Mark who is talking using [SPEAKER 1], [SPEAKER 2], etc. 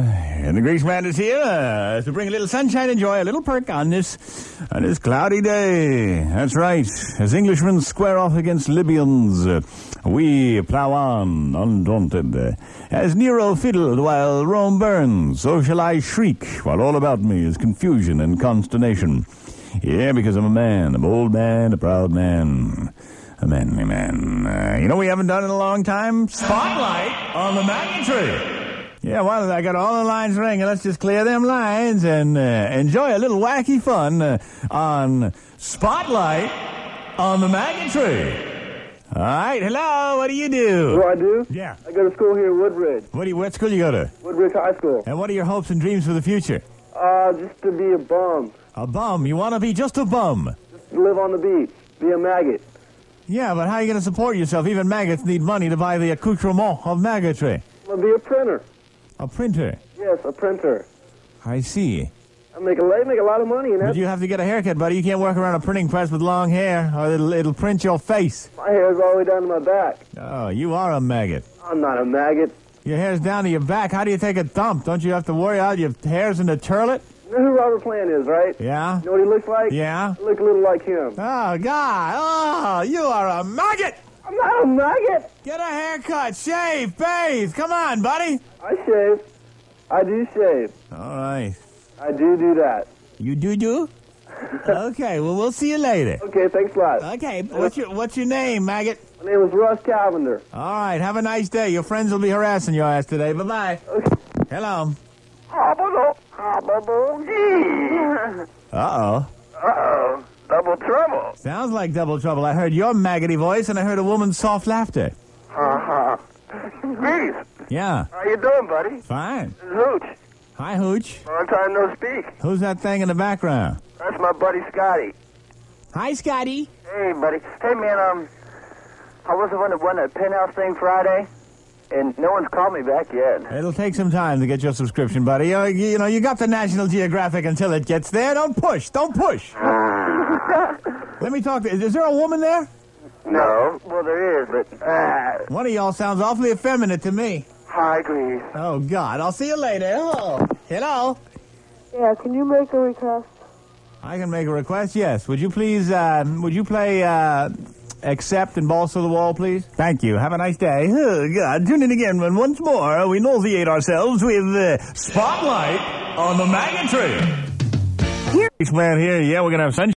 [SPEAKER 1] And the grease man is here uh, to bring a little sunshine and joy, a little perk on this on this cloudy day. That's right. As Englishmen square off against Libyans, uh, we plough on undaunted. Uh, As Nero fiddled while Rome burns, so shall I shriek while all about me is confusion and consternation. Yeah, because I'm a man, a bold man, a proud man, a manly man. Uh, you know, what we haven't done in a long time. Spotlight on the magnetry. Yeah, well, I got all the lines ringing. Let's just clear them lines and uh, enjoy a little wacky fun uh, on Spotlight on the magnetry. All right, hello. What do you
[SPEAKER 2] What
[SPEAKER 1] do?
[SPEAKER 2] do I do?
[SPEAKER 1] Yeah.
[SPEAKER 2] I go to school here in Woodbridge,
[SPEAKER 1] What do you? What school you go to?
[SPEAKER 2] Woodbridge High School.
[SPEAKER 1] And what are your hopes and dreams for the future?
[SPEAKER 2] Uh, just to be a bum,
[SPEAKER 1] A bum. You want to be just a bum.
[SPEAKER 2] to live on the beach, be a maggot.
[SPEAKER 1] Yeah, but how are you going to support yourself? Even maggots need money to buy the accoutrement of maggotry.
[SPEAKER 2] I'll be a printer.
[SPEAKER 1] A printer.
[SPEAKER 2] Yes, a printer.
[SPEAKER 1] I see.
[SPEAKER 2] I make a I make a lot of money, and
[SPEAKER 1] But
[SPEAKER 2] that's,
[SPEAKER 1] you have to get a haircut, buddy. You can't work around a printing press with long hair, or it'll, it'll print your face.
[SPEAKER 2] my hair's all the way down to my back.
[SPEAKER 1] Oh, you are a maggot.
[SPEAKER 2] I'm not a maggot.
[SPEAKER 1] Your hair's down to your back. How do you take a dump? Don't you have to worry out your hair's in the turlet?
[SPEAKER 2] You know who Robert Plant is, right?
[SPEAKER 1] Yeah?
[SPEAKER 2] You know what he looks like?
[SPEAKER 1] Yeah?
[SPEAKER 2] I look a little like him.
[SPEAKER 1] Oh, God. Oh, you are a maggot.
[SPEAKER 2] I'm not a maggot.
[SPEAKER 1] Get a haircut. Shave. Bathe. Come on, buddy.
[SPEAKER 2] I shave. I do shave.
[SPEAKER 1] All right.
[SPEAKER 2] I do do that.
[SPEAKER 1] You do do? okay, well, we'll see you later.
[SPEAKER 2] Okay, thanks a lot.
[SPEAKER 1] Okay, what's your, what's your name, maggot?
[SPEAKER 2] My name is Russ Cavender.
[SPEAKER 1] All right, have a nice day. Your friends will be harassing your ass today. Bye bye. Hello. Uh oh.
[SPEAKER 2] Uh-oh. Double trouble.
[SPEAKER 1] Sounds like double trouble. I heard your maggoty voice and I heard a woman's soft laughter.
[SPEAKER 2] Uh-huh. Grease,
[SPEAKER 1] Yeah,
[SPEAKER 2] how you doing, buddy?
[SPEAKER 1] fine.
[SPEAKER 2] This is Hooch.
[SPEAKER 1] Hi, Hooch.
[SPEAKER 2] Long time no speak.
[SPEAKER 1] Who's that thing in the background?
[SPEAKER 2] That's my buddy Scotty.
[SPEAKER 1] Hi, Scotty.
[SPEAKER 2] Hey, buddy. Hey, man. Um, I was the one that won that penthouse thing Friday, and no one's called me back yet.
[SPEAKER 1] It'll take some time to get your subscription, buddy. You, you know, you got the National Geographic until it gets there. Don't push. Don't push. Let me talk to Is there a woman there?
[SPEAKER 2] No. Well, there is, but uh,
[SPEAKER 1] One of y'all sounds awfully effeminate to me.
[SPEAKER 2] hi, Grease.
[SPEAKER 1] Oh, God. I'll see you later. Hello. Hello.
[SPEAKER 3] Yeah, can you make a request?
[SPEAKER 1] I can make a request. Yes. Would you please? Uh, would you play uh, "Accept" and "Balls to the Wall," please? Thank you. Have a nice day. Oh God! Tune in again when once more we nauseate ourselves with uh, spotlight on the magnetry. Here, man. Here, yeah, we're gonna have sunshine.